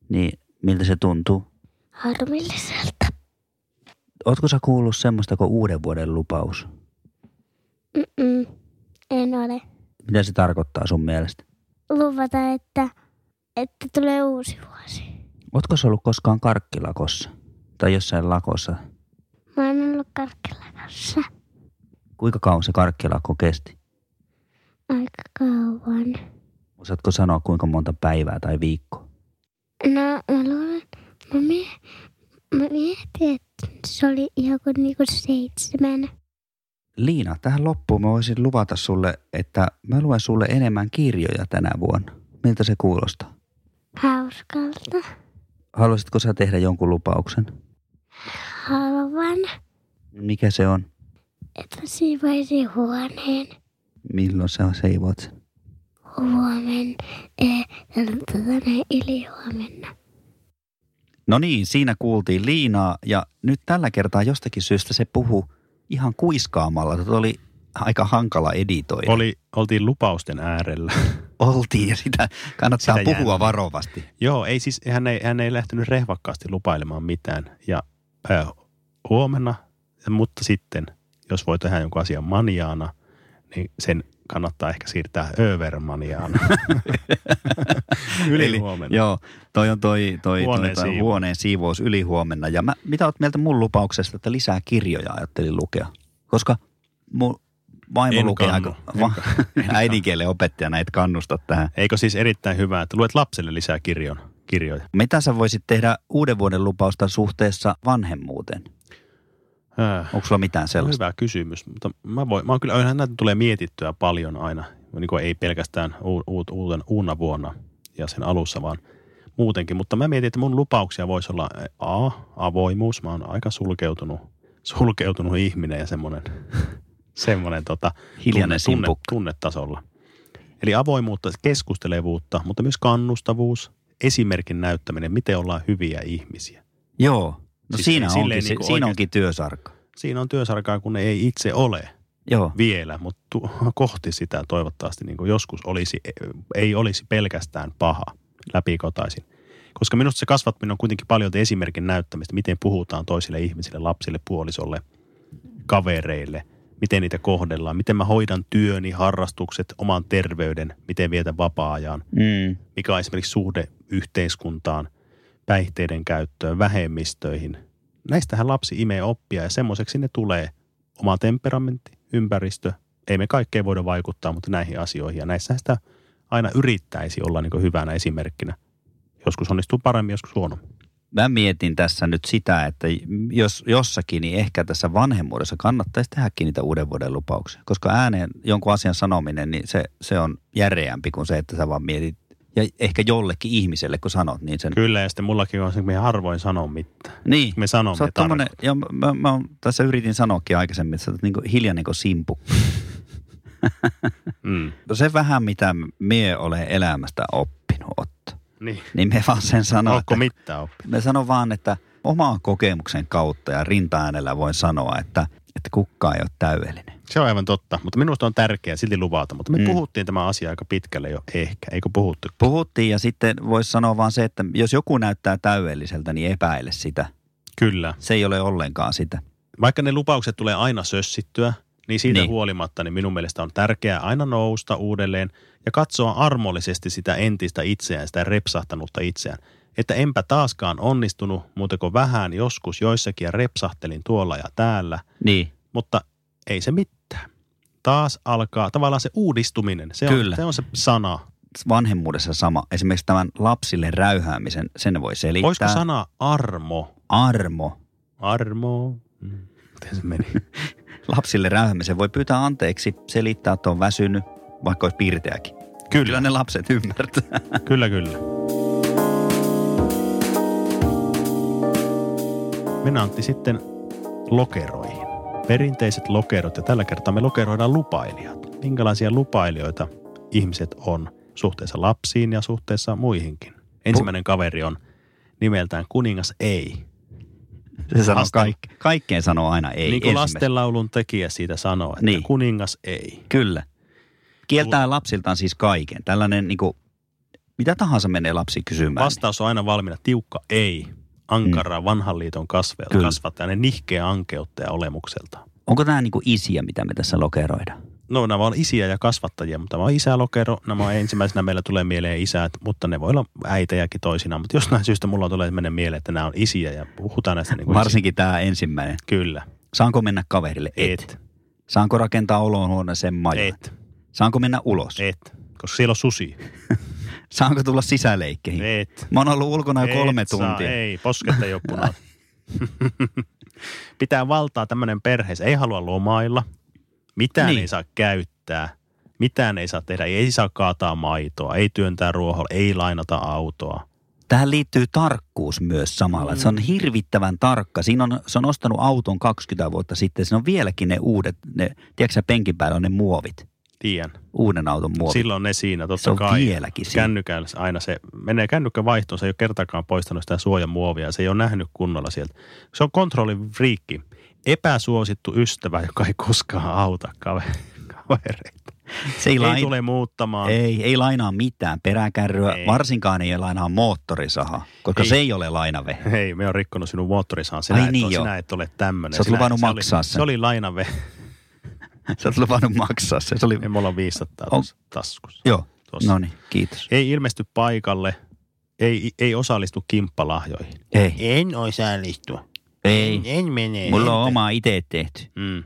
S1: niin miltä se tuntuu?
S3: Harmilliselta.
S1: Ootko sä kuullut semmoista kuin uuden vuoden lupaus?
S3: Mm-mm. En ole.
S1: Mitä se tarkoittaa sun mielestä?
S3: Luvata, että, että tulee uusi vuosi.
S1: Ootko sä ollut koskaan karkkilakossa? Tai jossain lakossa?
S3: Mä oon ollut karkkilakassa
S1: Kuinka kauan se karkkilakko kesti?
S3: aika kauan.
S1: Osaatko sanoa kuinka monta päivää tai viikkoa?
S3: No, mä luulen, mä, mie, mä mietin, että se oli joku niinku seitsemän.
S1: Liina, tähän loppuun mä voisin luvata sulle, että mä luen sulle enemmän kirjoja tänä vuonna. Miltä se kuulostaa?
S3: Hauskalta.
S1: Haluaisitko sä tehdä jonkun lupauksen?
S3: Haluan,
S1: Mikä se on?
S3: että siivoisi huoneen
S1: Milloin sä seivoat sen?
S3: huomenna. Eh, tota näin ylihuomenna.
S1: No niin, siinä kuultiin Liinaa ja nyt tällä kertaa jostakin syystä se puhuu ihan kuiskaamalla. Tätä oli aika hankala editoida.
S2: Oli, oltiin lupausten äärellä.
S1: Oltiin ja sitä kannattaa
S2: Sitä
S1: sitä
S2: jää.
S1: puhua varovasti.
S2: Joo, ei siis, hän ei, hän ei lähtenyt rehvakkaasti lupailemaan mitään. Ja äh, huomenna, mutta sitten, jos voi tehdä jonkun asian maniaana, niin sen kannattaa ehkä siirtää övermaniaana. Yli huomenna.
S1: Joo, toi on toi, toi, huoneen,
S2: Huoneen
S1: toi, toi
S2: siivous.
S1: huoneen siivous yli huomenna. Ja mä, mitä oot mieltä mun lupauksesta, että lisää kirjoja ajattelin lukea? Koska mun vaimo
S2: En
S1: lukee
S2: kannu.
S1: aika, va, <laughs> äidinkielen opettajana, et kannusta tähän.
S2: Eikö siis erittäin hyvää, että luet lapselle lisää kirjon, kirjoja?
S1: Mitä sä voisit tehdä uuden vuoden lupausta suhteessa vanhemmuuteen?
S2: Äh.
S1: Onko sulla mitään
S2: Se on
S1: sellaista?
S2: hyvä kysymys, mutta mä, voin, mä oon kyllä, onhan näitä tulee mietittyä paljon aina, niin kuin ei pelkästään u, u, uuden, uuna vuonna ja sen alussa, vaan muutenkin. Mutta mä mietin, että mun lupauksia voisi olla eh, A, avoimuus. Mä oon aika sulkeutunut, sulkeutunut ihminen ja <laughs> semmoinen, semmoinen tota,
S1: Hiljainen
S2: tunne,
S1: simpukka.
S2: tunnetasolla. Eli avoimuutta, keskustelevuutta, mutta myös kannustavuus, esimerkin näyttäminen, miten ollaan hyviä ihmisiä.
S1: Joo. No
S2: Siis
S1: siinä,
S2: ei
S1: onkin,
S2: silleen
S1: niin
S2: niinku
S1: siinä
S2: oikeasti-
S1: onkin työsarka.
S2: Siinä on työsarkaa, kun ne ei itse ole.
S1: Joo.
S2: vielä, mutta tu- kohti sitä toivottavasti niin kuin joskus olisi, ei olisi pelkästään paha läpikotaisin. Koska minusta se kasvattaminen on kuitenkin paljon esimerkin näyttämistä, miten puhutaan toisille ihmisille, lapsille, puolisolle, kavereille, miten niitä kohdellaan, miten mä hoidan työni, harrastukset, oman terveyden, miten vietän vapaa-ajan,
S1: Mm.
S2: mikä on esimerkiksi suhde yhteiskuntaan, päihteiden käyttöön, vähemmistöihin. Näistähän lapsi imee oppia ja semmoiseksi ne tulee oma temperamentti, ympäristö. Ei me kaikkeen voida vaikuttaa, mutta näihin asioihin. Ja näissähän sitä aina yrittäisi olla niin hyvänä esimerkkinä. Joskus onnistuu paremmin, joskus huonommin.
S1: Mä mietin tässä nyt sitä, että jos jossakin, niin ehkä tässä vanhemmuudessa kannattaisi tehdäkin niitä uuden vuoden lupauksia. Koska ääneen jonkun asian sanominen, niin se, se on järeämpi kuin se, että sä vaan mietit. Ja ehkä jollekin ihmiselle, kun sanot, niin sen...
S2: Kyllä, ja sitten mullakin on se, että me harvoin sanon mitään.
S1: Niin.
S2: Me sanomme
S1: Sä oot tommonen, ja mä, mä, mä oon- tässä yritin sanoakin aikaisemmin, että sä oot niinku hiljainen kuin simpu.
S2: tarkoitan. Mm.
S1: Se vähän, mitä mie olen elämästä oppinut Otto,
S2: Niin.
S1: niin me vaan sen sanon,
S2: Onko
S1: että
S2: mitään oppia?
S1: Mä sanon vaan, että omaa kokemuksen kautta ja rinta-äänellä voin sanoa, että, että kukka ei ole täydellinen.
S2: Se on aivan totta, mutta minusta on tärkeää silti luvata. Mutta me
S1: Mm.
S2: mm. puhuttiin tämä asia aika pitkälle jo ehkä, eikö puhuttu?
S1: Puhuttiin ja sitten voisi sanoa vaan se, että jos joku näyttää täydelliseltä, niin epäile sitä.
S2: Kyllä.
S1: Se ei ole ollenkaan sitä.
S2: Vaikka ne lupaukset tulee aina sössittyä, niin siitä
S1: Niin.
S2: niin. huolimatta niin minun mielestä on tärkeää aina nousta uudelleen ja katsoa armollisesti sitä entistä itseään, sitä repsahtanutta itseään. Että enpä taaskaan onnistunut, muuta kuin vähän joskus joissakin ja repsahtelin tuolla ja täällä,
S1: Niin.
S2: mutta ei se mitään. Taas alkaa tavallaan se uudistuminen, se,
S1: Kyllä.
S2: On, se on se sana.
S1: Vanhemmuudessa sama. Esimerkiksi tämän lapsille räyhäämisen, sen voi selittää.
S2: Voisiko sana armo?
S1: Armo.
S2: Armo. Mm. Miten se meni?
S1: Lapsille räyhäämisen voi pyytää anteeksi, selittää, että on väsynyt, vaikka olisi pirteäkin. Kyllä
S2: Kyllä,
S1: ne lapset ymmärtää.
S2: kyllä, kyllä. Mennään Antti sitten lokeroihin. Perinteiset lokerot ja tällä kertaa me lokeroidaan lupailijat. Minkälaisia lupailijoita ihmiset on suhteessa lapsiin ja suhteessa muihinkin? Ensimmäinen kaveri on nimeltään kuningas ei. Niin
S1: Se sanoo
S2: Lasten-
S1: kaik- kaikkeen sanoo aina ei.
S2: niin kuin
S1: ensimmäisenä.
S2: lastenlaulun tekijä siitä sanoo, että
S1: Niin.
S2: niin. kuningas ei.
S1: Kyllä. Kieltää lapsiltaan siis kaiken. Tällainen niin kuin, mitä tahansa menee lapsi kysymään.
S2: Vastaus on aina valmiina. Tiukka ei. Ankara mm. vanhan liiton kasve-
S1: Kyllä.
S2: kasvattaa ne nihkeä ankeutta ja olemukselta.
S1: Onko tämä niin kuin isiä, mitä me tässä lokeroidaan?
S2: No nämä on isiä ja kasvattajia, mutta tämä on isälokero. Nämä on ensimmäisenä meillä tulee mieleen isät, mutta ne voi olla äitejäkin toisinaan. Mutta jostain syystä mulla tulee mennä mieleen, että nämä on isiä ja puhutaan näistä niin kuin
S1: Varsinkin tämä ensimmäinen.
S2: isi- Kyllä.
S1: Saanko mennä kaverille?
S2: Et.
S1: Saanko rakentaa oloon huoneeseen majan?
S2: Et.
S1: Saanko mennä ulos?
S2: Et. Koska siellä on susi.
S1: Saanko tulla sisäleikkeihin?
S2: Et.
S1: Mä oon ollut ulkona Niin. jo
S2: Et
S1: kolme
S2: saa,
S1: tuntia.
S2: ei, posketta joppuna.
S1: <laughs>
S2: Pitää valtaa tämmöinen perheessä. Ei halua lomailla. Mitään
S1: Niin.
S2: niin. ei saa käyttää. Mitään ei saa tehdä. Ei saa kaataa maitoa. Ei työntää ruoholla. Ei lainata autoa.
S1: Tähän liittyy tarkkuus myös samalla. Mm. Se on hirvittävän tarkka. Siinä on, se on ostanut auton 20 vuotta sitten. Siinä on vieläkin ne uudet, ne, tiedätkö sä, penkin päällä on ne muovit.
S2: Tiedän.
S1: Uuden auton muovit.
S2: Silloin ne siinä, totta
S1: se on
S2: kai.
S1: vieläkin siinä.
S2: Kännykällä se aina se, menee kännykkä vaihtoon, se ei ole kertaakaan poistanut sitä suojamuovia, se ei ole nähnyt kunnolla sieltä. Se on kontrollifriikki, epäsuosittu ystävä, joka ei koskaan auta kave- kavereita.
S1: Se ei,
S2: Ei,
S1: lain...
S2: tule muuttamaan.
S1: ei, ei lainaa mitään peräkärryä, ei.
S2: Ei.
S1: varsinkaan ei lainaa moottorisahaa, koska ei.
S2: Ei.
S1: se ei ole lainave. <laughs>
S2: Hei, me on rikkonut sinun moottorisahan. Sinä,
S1: Ai
S2: et,
S1: niin
S2: ole,
S1: joo.
S2: sinä et ole tämmöinen.
S1: Sä oot
S2: Sinä-
S1: luvannut
S2: se oli-
S1: maksaa sen.
S2: Se oli lainave. <laughs>
S1: Sä oot luvannut maksaa se. se oli...
S2: Ei, mulla on 500
S1: On-
S2: on. taskussa.
S1: Joo,
S2: Tuossa.
S1: no niin, kiitos.
S2: Ei ilmesty paikalle, ei, ei osallistu kimppalahjoihin.
S1: Ei,
S2: En osallistu.
S1: ei.
S2: En mene.
S1: Niin. Mulla on
S2: Entä?
S1: oma itse tehty.
S2: Mm.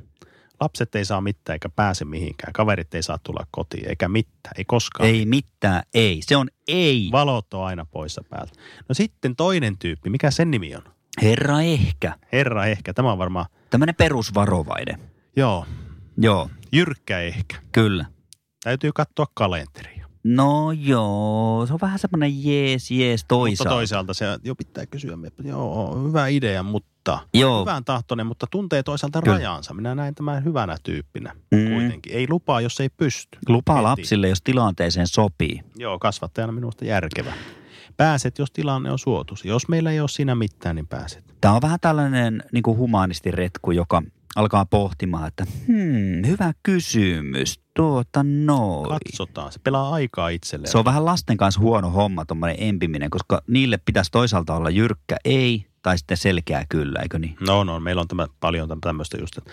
S2: Lapset ei saa mitään eikä pääse mihinkään. Kaverit ei saa tulla kotiin eikä mitään. Ei koskaan.
S1: Ei mitään, ei. Se on ei.
S2: Valot on aina poissa päältä. No sitten toinen tyyppi. Mikä sen nimi on?
S1: Herra ehkä.
S2: Herra ehkä. Tämä on varmaan,
S1: Tämmöinen perusvarovaide.
S2: joo,
S1: Joo,
S2: jyrkkä ehkä.
S1: kyllä.
S2: Täytyy katsoa kalenteria.
S1: No joo, se on vähän semmoinen jees, jees
S2: Mutta
S1: toisaalta.
S2: toisaalta se, jo pitää kysyä, me- joo, hyvä idea, mutta
S1: Joo,
S2: hyvän tahtoinen, mutta tuntee toisaalta
S1: Kyllä.
S2: rajansa. Minä näen tämän hyvänä tyyppinä
S1: Mm.
S2: kuitenkin. Ei lupaa, jos ei pysty.
S1: lupaa
S2: Heti.
S1: lapsille, jos tilanteeseen sopii.
S2: Joo, kasvattajana minusta järkevä. Pääset, jos tilanne on suotus. Jos meillä ei ole siinä mitään, niin pääset.
S1: Tämä on vähän tällainen niin kuin humanistiretku, joka alkaa pohtimaan, että hmm, hyvä kysymys, tuota noin.
S2: Katsotaan. Se pelaa aikaa itselleen.
S1: Se on vähän lasten kanssa huono homma, tuommoinen empiminen, koska niille pitäisi toisaalta olla jyrkkä ei tai sitten selkeä kyllä, eikö niin?
S2: No, no, meillä on tämä, paljon täm- tämmöistä just, että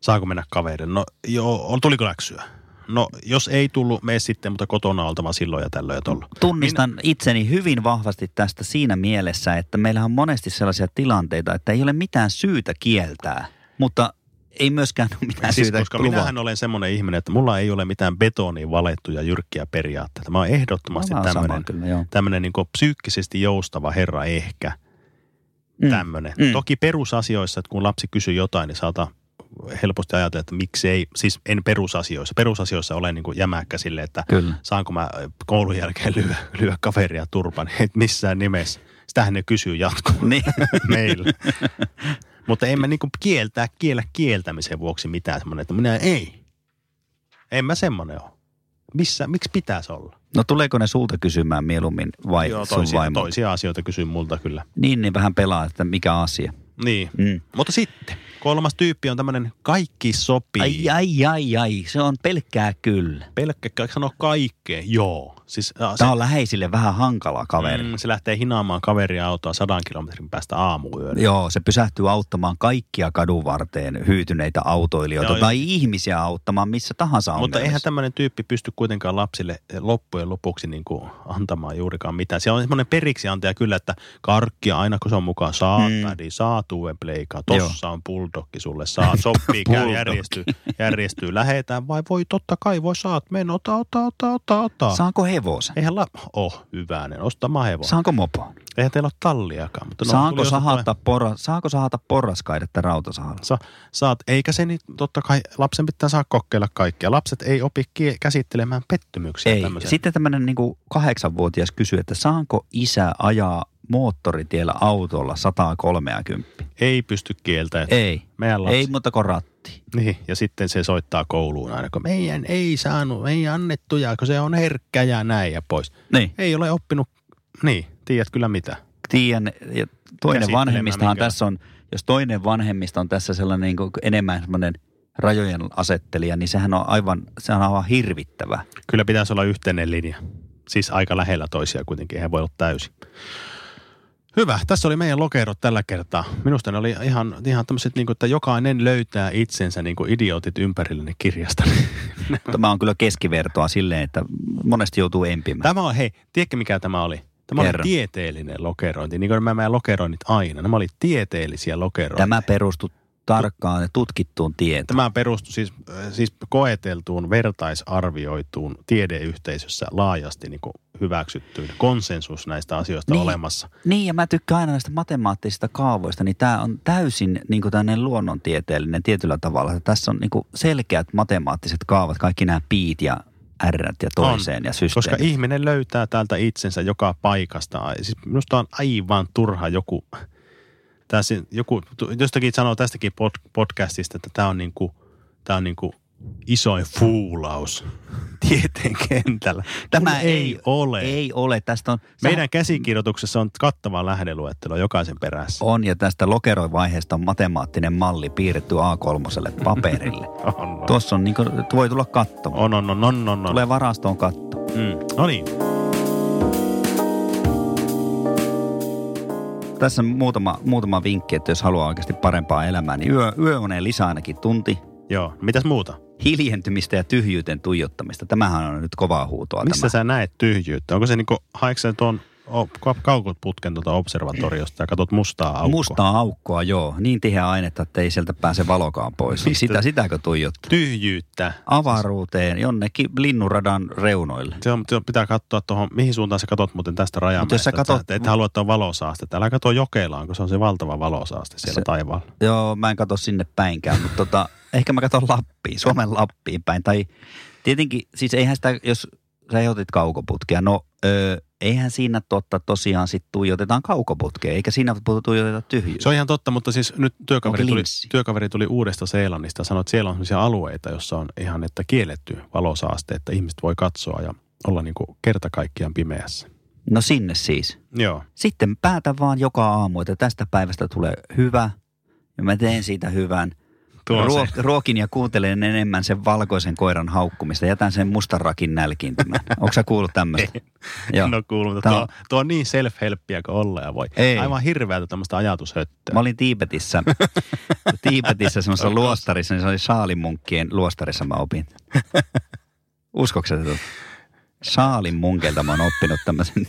S2: saako mennä kaverille. No, joo, on, tuliko läksyä? No, jos ei tullut, mene sitten, mutta kotona on oltava silloin ja tällöin ja tolla.
S1: Tunnistan Minä... itseni hyvin vahvasti tästä siinä mielessä, että meillähän on monesti sellaisia tilanteita, että ei ole mitään syytä kieltää, mutta ei myöskään ole mitään
S2: Siis,
S1: syytä
S2: koska
S1: luvata.
S2: minähän olen semmoinen ihminen, että mulla ei ole mitään betoniin valettuja jyrkkiä periaatteita. Mä oon ehdottomasti
S1: Mä oon sama
S2: tämmöinen,
S1: kyllä, joo.
S2: tämmöinen niin psyykkisesti joustava herra ehkä.
S1: Mm.
S2: tämmöinen.
S1: Mm.
S2: Mm. Toki perusasioissa, että kun lapsi kysyy jotain, niin saata helposti ajatella, että miksei, siis en perusasioissa. Perusasioissa olen niin kuin jämäkkä sille, että
S1: Kyllä.
S2: saanko mä ö, koulun jälkeen lyö, lyö kaveria turpan, <laughs> et missään nimessä. Sitähän ne kysyy jatkoon
S1: <laughs> Niin.
S2: meillä. Mutta en mä niin kuin kieltää, kiellä kieltämisen vuoksi mitään semmoinen, että minä ei. En mä semmoinen ole. Missä, miksi pitäisi olla?
S1: No tuleeko ne sulta kysymään mieluummin vai
S2: Joo,
S1: sun
S2: toisia,
S1: vaimo?
S2: toisia asioita kysyy multa kyllä.
S1: Niin, niin vähän pelaa, että mikä asia.
S2: Niin.
S1: Mm.
S2: Mutta sitten, kolmas tyyppi on tämmöinen kaikki sopii.
S1: Ai, ai, ai, ai, se on pelkkää kyllä.
S2: Pelkkä, ka- sano kaikkeen, joo. Siis, äh,
S1: Tämä on läheisille vähän hankala kaveri.
S2: Mm, se lähtee hinaamaan kaveria autoa sadan kilometrin päästä aamuyöllä.
S1: Joo, se pysähtyy auttamaan kaikkia kadun varteen hyytyneitä autoilijoita
S2: Joo,
S1: tai ihmisiä auttamaan missä tahansa
S2: Mutta
S1: ongelmissa.
S2: eihän tämmöinen tyyppi pysty kuitenkaan lapsille eh, loppujen lopuksi niin kuin antamaan juurikaan mitään. Se on semmoinen periksiantaja kyllä, että karkkia aina kun se on mukaan saa
S1: Mm.
S2: mm. pädi, saa uuden pleikaa, tossa on bulldogki sulle, saa sopii, käy,
S1: Bulldogki.
S2: järjestyy, järjestyy, lähetään vai voi totta kai, voi saat, men ota, ota, ota, ota, ota. Sa-
S1: Saanko hevosen?
S2: eihän la... Oh, hyvänen, ostamaan hevonen. Sa-
S1: Saanko mopon?
S2: eihän teillä ole talliakaan. Mutta no,
S1: Saanko
S2: tuli
S1: sahata,
S2: ostettua-
S1: porra, saanko sahata porraskaidetta rautasahalla?
S2: Sa- saat, eikä se niin, totta kai lapsen pitää saa kokeilla kaikkea. Lapset ei opi kie- käsittelemään pettymyksiä
S1: Ei.
S2: tämmöisen-
S1: Sitten tämmöinen niin kahdeksanvuotias kysyy, että saanko isä ajaa moottoritiellä autolla 130?
S2: Ei pysty kieltämään.
S1: Ei.
S2: Meidän lapsi.
S1: Ei, mutta kun ratti.
S2: Niin, ja sitten se soittaa kouluun aina, kun meidän ei saanut, ei annettu, ja kun se on herkkä ja näin ja pois.
S1: Niin.
S2: Ei ole oppinut, niin, tiedät kyllä mitä.
S1: Tiedän, ja toinen
S2: Käsittelemään
S1: vanhemmistahan
S2: minkä-
S1: tässä on, jos toinen vanhemmista on tässä sellainen niin kuin enemmän semmoinen rajojen asettelija, niin sehän on aivan, sehän on aivan hirvittävä.
S2: Kyllä pitäisi olla yhteinen linja. Siis aika lähellä toisia kuitenkin, eihän voi olla täysin. Hyvä, tässä oli meidän lokerot tällä kertaa. Minusta ne oli ihan, ihan tämmöiset, niin kuin, että jokainen löytää itsensä niin kuin idiotit ympärilleni
S1: <laughs>
S2: kirjasta.
S1: Tämä on kyllä keskivertoa silleen, että monesti joutuu empimään.
S2: Tämä on, hei, tiedätkö mikä tämä oli? Tämä
S1: Kerro.
S2: oli tieteellinen lokerointi, niin kuin nämä lokeroinnit aina. Nämä oli tieteellisiä lokerointeja.
S1: Tämä perustuu tarkkaan ja tutkittuun tietoon.
S2: Tämä perustui siis, äh, siis koeteltuun, vertaisarvioituun tiedeyhteisössä laajasti niin kuin hyväksyttyyn konsensus näistä asioista
S1: Niin.
S2: niin. olemassa.
S1: Niin, ja mä tykkään aina näistä matemaattisista kaavoista, niin tämä on täysin niin tämmöinen luonnontieteellinen tietyllä tavalla. Tässä on niin selkeät matemaattiset kaavat, kaikki nämä piit ja R ja toiseen on, ja systeemit.
S2: Koska ihminen löytää täältä itsensä joka paikasta. Ai- Siis minusta on aivan turha joku, tässä joku tu- jostakin sanoo tästäkin pod- podcastista, että tämä on, niin kuin, tämä on niin kuin isoin fuulaus <laughs> tieteen kentällä. Kun ei ole.
S1: Ei ole. Tästä on,
S2: Meidän käsikirjoituksessa on kattava lähdeluettelo jokaisen perässä.
S1: on ja tästä lokeroivaiheesta on matemaattinen malli piirretty A3 paperille.
S2: <laughs> On.
S1: Tuossa on, niin kuin, voi tulla katsomaan.
S2: On, on, on, on, on. on.
S1: Tulee varastoon katsomaan.
S2: Mm. No niin.
S1: Tässä on muutama, muutama vinkki, että jos haluaa oikeasti parempaa elämää, niin yö, yöuneen lisää ainakin tunti.
S2: Joo. Mitäs muuta?
S1: hiljentymistä ja tyhjyyteen tuijottamista. Tämähän on nyt kovaa huutoa.
S2: Missä
S1: tämä.
S2: sä näet tyhjyyttä? Onko se niinku, haetko sä tuon o- ka- kaukoputken tuota observatoriosta ja katot mustaa aukkoa?
S1: Mustaa aukkoa, joo. Niin tiheä ainetta, että ei sieltä pääse valokaan pois. Niin
S2: Mistä?
S1: sitä, sitäkö tuijottaa?
S2: Tyhjyyttä.
S1: Avaruuteen, jonnekin linnunradan reunoille.
S2: Se on, se on- pitää katsoa tuohon, mihin suuntaan sä katot muuten tästä
S1: Mutta jos
S2: rajamäestä.
S1: sä katot-
S2: että et halua, että on valosaastetta. Älä katso Jokelaan, kun se on se valtava valosaaste siellä
S1: Se-
S2: se... taivaalla.
S1: Joo, mä en katso sinne päinkään, mutta tota, ehkä mä katson Lappiin, Suomen Lappiin päin. Tai tietenkin, siis eihän sitä, jos sä ehdotit kaukoputkia, no öö, eihän siinä totta tosiaan sit tuijotetaan kaukoputkea, eikä siinä tuijoteta tyhjyyttä.
S2: Se on ihan totta, mutta siis nyt työkaveri,
S1: Onko
S2: tuli,
S1: linssi?
S2: työkaveri tuli uudesta Seelannista. Sanoi, että siellä on sellaisia alueita, jossa on ihan että kielletty valosaaste, että ihmiset voi katsoa ja olla niinku kerta kaikkiaan pimeässä.
S1: No sinne siis.
S2: Joo.
S1: Sitten päätä vaan joka aamu, että tästä päivästä tulee hyvä ja mä teen siitä hyvän.
S2: Tuo on se.
S1: Ruok- ruokin ja kuuntelen enemmän sen valkoisen koiran haukkumista. Jätän sen mustan rakin
S2: <laughs>
S1: nälkiintymään. Onko sä kuullut tämmöistä? Joo.
S2: En ole kuullut, mutta
S1: Tää on-
S2: tuo, tuo on niin self-helppiä kuin olla ja voi.
S1: Ei.
S2: Aivan hirveätä tämmöistä ajatushöttöä.
S1: Mä olin
S2: <laughs>
S1: Tiibetissä, Tiibetissä semmoisessa luostarissa, niin se oli saalimunkkien luostarissa mä
S2: <laughs>
S1: opin. Uskoksä tätä? Saalimunkelta tuota? mä oon oppinut
S2: <laughs>
S1: tämmöisen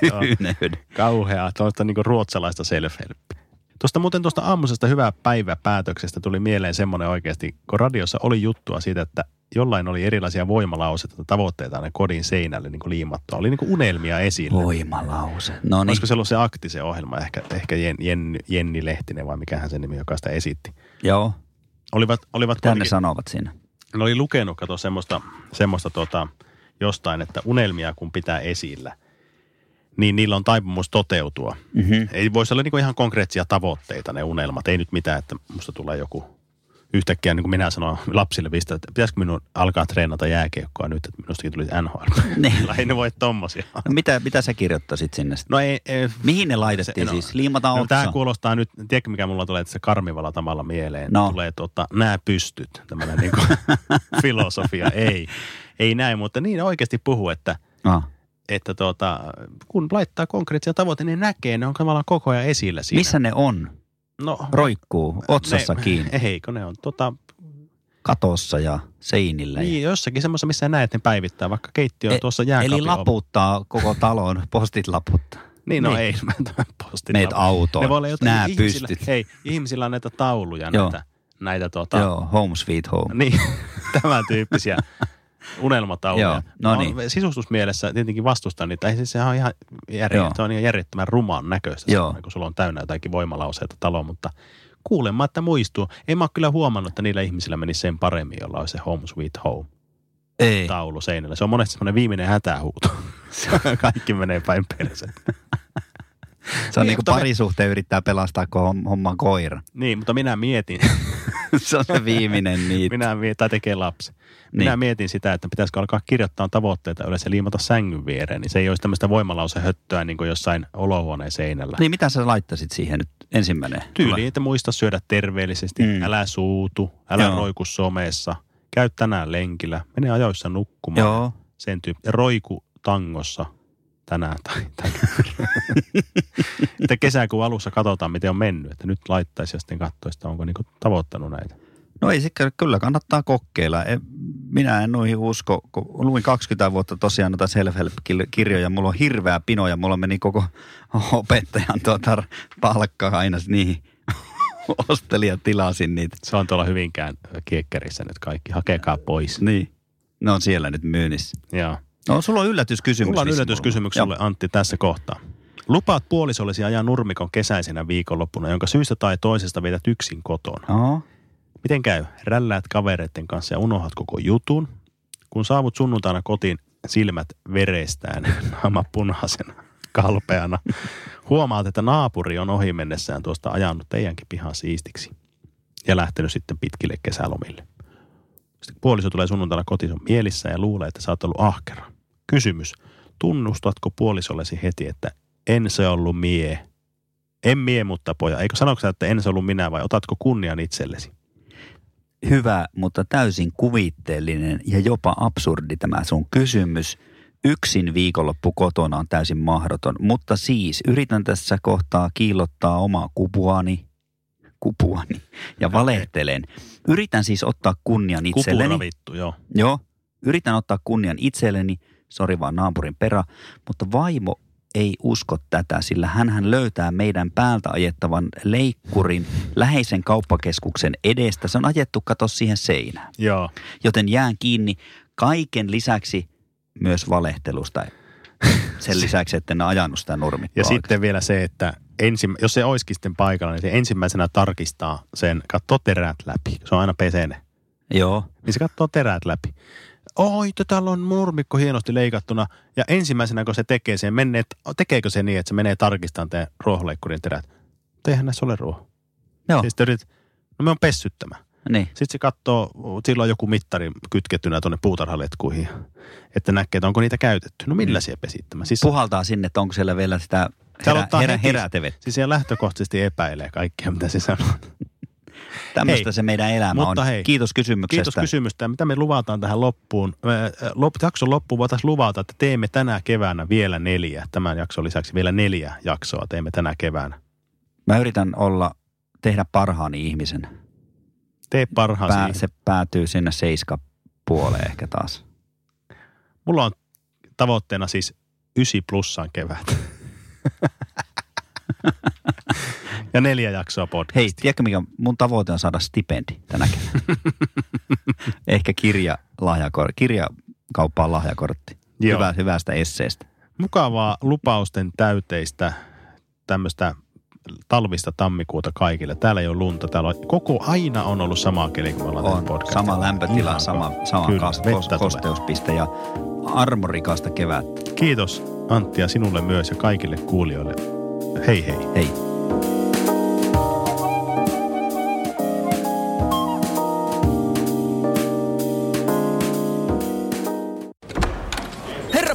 S1: tyyneyden.
S2: Kauheaa, tuosta niinku ruotsalaista self-helppiä. Tuosta muuten tuosta aamuisesta hyvää päiväpäätöksestä tuli mieleen semmoinen oikeasti, kun radiossa oli juttua siitä, että jollain oli erilaisia voimalauseita tai tavoitteita aina kodin seinälle niin liimattua. Oli niin kuin unelmia esillä.
S1: Niin. Voimalause. No niin,
S2: Olisiko se ollut se akti se ohjelma, ehkä, ehkä Jen, Jen, Jenni Lehtinen vai mikähän sen nimi, joka sitä esitti.
S1: joo.
S2: Olivat, olivat
S1: Mitä ne
S2: kuitenkin-
S1: sanovat siinä?
S2: ne oli lukenut, kato, semmoista, semmoista tota, jostain, että unelmia kun pitää esillä, niin niillä on taipumus toteutua.
S1: Mm-hmm.
S2: Ei voisi olla niinku ihan konkreettisia tavoitteita ne unelmat. Ei nyt mitään, että musta tulee joku yhtäkkiä, niin kuin minä sanoin lapsille, pistä, että pitäisikö minun alkaa treenata jääkiekkoa nyt, että minustakin tuli NHL.
S1: <laughs> Niin.
S2: <laughs> Ei ne voi tommosia.
S1: No mitä, mitä sä kirjoittaisit sinne? sitten?
S2: No ei, ei
S1: Mihin ne laitettiin
S2: Se-
S1: se,
S2: no.
S1: siis? Liimataan
S2: No,
S1: otsaan.
S2: tämä kuulostaa nyt, tiedätkö mikä mulla tulee tässä karmivalla tavalla mieleen?
S1: No. <laughs>
S2: No. Tulee tota, nää pystyt, tämmöinen niinku filosofia, ei. ei näin, mutta niin oikeasti puhuu, että,
S1: Ah.
S2: että tuota, kun laittaa konkreettisia tavoitteita, niin näkee, ne on tavallaan koko ajan esillä siinä.
S1: Missä ne on?
S2: No,
S1: Roikkuu otsassa
S2: ne,
S1: kiinni,
S2: Eikö ne on? Tota,
S1: katossa ja seinillä. ja-
S2: niin, jossakin semmoisessa, missä näet ne päivittää, vaikka keittiö on
S1: E-
S2: tuossa jääkaapin
S1: Eli
S2: ovella.
S1: laputtaa koko
S2: <laughs>
S1: talon, postit laputtaa.
S2: Niin, no
S1: Niin.
S2: ei, <laughs> mä tämän postin
S1: Meet
S2: lapun.
S1: autoon,
S2: Ne voi olla jotain
S1: nää
S2: ihmisillä,
S1: pystyt.
S2: Hei, ihmisillä on näitä tauluja,
S1: Joo.
S2: näitä, näitä tota,
S1: Joo, home sweet home.
S2: Niin, <laughs> tämän tyyppisiä unelmatauluja.
S1: Joo, no
S2: Mä
S1: niin.
S2: oon Sisustusmielessä tietenkin vastustan niitä. Ei, siis sehän on ihan, järj...
S1: Joo.
S2: se on ihan järjettömän rumaan näköistä,
S1: Joo.
S2: Joo. kun sulla on täynnä jotakin voimalauseita taloon, mutta kuulemma, että muistuu. En mä ole kyllä huomannut, että niillä ihmisillä menisi sen paremmin, jolla olisi se home sweet home
S1: Ei.
S2: taulu seinällä. Se on monesti semmoinen viimeinen hätähuuto. <laughs> Kaikki menee päin perseen.
S1: Se on niin kuin
S2: Mutta me-
S1: parisuhteen yrittää pelastaa kun on homman koira. <laughs>
S2: Niin, mutta minä mietin,
S1: Se on se viimeinen niitä.
S2: minä mietin tai tekee lapsi. Minä
S1: Niin.
S2: mietin sitä, että pitäisikö alkaa kirjoittaa tavoitteita ylös ja liimata sängyn viereen, niin se ei olisi tämmöistä voimalausehöttöä niin kuin jossain olohuoneen seinällä.
S1: Niin mitä sä laittaisit siihen nyt ensimmäinen?
S2: Tyyli, että muista syödä terveellisesti,
S1: Mm.
S2: mm. älä suutu, älä
S1: Joo.
S2: Joo. roiku somessa, käy tänään lenkillä, mene ajoissa nukkumaan.
S1: Joo.
S2: Sen tyyppi. Ja roiku tangossa tänään tai <laughs> tänään. että kesäkuun alussa katsotaan, miten on mennyt, että nyt laittaisi ja sitten katsoisi, että onko niin tavoittanut näitä.
S1: No ei sikö, kyllä kannattaa kokeilla. En- Minä en noihin usko, kun luin 20 vuotta tosiaan noita self-help-kirjoja. Mulla on hirveä pino ja mulla meni koko opettajan tuota palkka aina niihin. <laughs> Ostelin ja tilasin niitä.
S2: Se on tuolla hyvinkään kiekkärissä nyt kaikki. Hakekaa pois.
S1: Niin. Ne on siellä nyt myynnissä.
S2: Joo.
S1: No sulla on yllätyskysymys.
S2: Mulla on
S1: Vissi,
S2: yllätyskysymys
S1: Joo.
S2: sulle, Antti, tässä kohtaa. Lupaat puolisollesi ajaa nurmikon kesäisenä viikonloppuna, jonka syystä tai toisesta vietät yksin kotona.
S1: Joo.
S2: Miten käy? Rälläät kavereiden kanssa ja unohdat koko jutun. Kun saavut sunnuntaina kotiin, silmät verestään, <laughs> naama punaisena, kalpeana. Huomaat, että naapuri on ohi mennessään tuosta ajanut teidänkin pihan siistiksi ja lähtenyt sitten pitkille kesälomille. Sitten kun puoliso tulee sunnuntaina kotiin se on mielissä ja luulee, että sä oot ollut ahkera. Kysymys. Tunnustatko puolisollesi heti, että en se ollut mie? En mie, mutta poja. Eikö sanoiko sä, että en se ollut minä vai otatko kunnian itsellesi?
S1: Hyvä, mutta täysin kuvitteellinen ja jopa absurdi tämä sun kysymys. Yksin viikonloppu kotona on täysin mahdoton, mutta siis yritän tässä kohtaa kiillottaa omaa kupuani, kupuani ja valehtelen. Yritän siis ottaa kunnian itselleni.
S2: Kupura vittu, joo.
S1: Joo, yritän ottaa kunnian itselleni, sori vaan naapurin perä, mutta vaimo ei usko tätä, sillä hän löytää meidän päältä ajettavan leikkurin läheisen kauppakeskuksen edestä. Se on ajettu, kato siihen seinään.
S2: Joo.
S1: Joten jään kiinni kaiken lisäksi myös valehtelusta.
S2: <laughs>
S1: Sen lisäksi, että en ole ajanut sitä nurmikkoa.
S2: Ja sitten vielä se, että ensimmä, jos se olisikin sitten paikalla, niin se ensimmäisenä tarkistaa sen, katsoo terät läpi. Se on aina pesene.
S1: oikein. Joo,
S2: Niin se katsoo terät läpi. Oi, to, täällä on nurmikko hienosti leikattuna. Ja ensimmäisenä, kun se tekee sen, menee, tekeekö se niin, että se menee tarkistamaan teidän ruohonleikkurin terät? Mutta eihän näissä ole ruoho.
S1: joo,
S2: Siis te yrität, no me on pessyt tämä.
S1: niin.
S2: Sitten se katsoo, sillä on joku mittari kytkettynä tuonne puutarhaletkuihin, että näkee, että onko niitä käytetty. No millä siellä pesit tämän? Siis
S1: Puhaltaa sinne, että onko siellä vielä sitä herä,
S2: aloittaa
S1: herä,
S2: heti-
S1: herätevettä.
S2: Siis siellä lähtökohtaisesti epäilee kaikkea, mitä se sanoo.
S1: Tämmöistä
S2: Hei,
S1: se meidän elämä
S2: mutta
S1: on.
S2: hei,
S1: Kiitos kysymyksestä.
S2: Kiitos kysymystä. Mitä me luvataan tähän loppuun? Ö, ö, Lop, jakson loppuun voitaisiin luvata, että teemme tänä keväänä vielä neljä. Tämän jakson lisäksi vielä neljä jaksoa teemme tänä keväänä.
S1: Mä yritän olla, tehdä parhaani ihmisenä.
S2: Tee parhaasi.
S1: Pää, se päätyy sinne seiska puoleen ehkä taas.
S2: Mulla on tavoitteena siis ysi plussaan
S1: <laughs>
S2: kevät. ja neljä jaksoa podcast.
S1: Hei, tiedätkö mikä? Mun tavoite on saada stipendi tänä keväänä.
S2: <laughs>
S1: ehkä kirja, lahjakor, kirjakauppaan lahjakortti.
S2: Joo.
S1: Hyvä, hyvästä esseestä.
S2: Mukavaa lupausten täyteistä tämmöistä talvista tammikuuta kaikille. Täällä ei ole lunta. Täällä on, koko aina on ollut sama keli, kun me ollaan
S1: On
S2: tehty podcastia.
S1: sama lämpötila,
S2: Ihan
S1: sama,
S2: ko-
S1: sama
S2: Kyllä,
S1: kas,
S2: vettä
S1: kos,
S2: tulee.
S1: kosteuspiste ja armorikasta kevättä.
S2: Kiitos Antti ja sinulle myös ja kaikille kuulijoille. Hei hei.
S1: Hei.
S4: Mm.
S5: Herra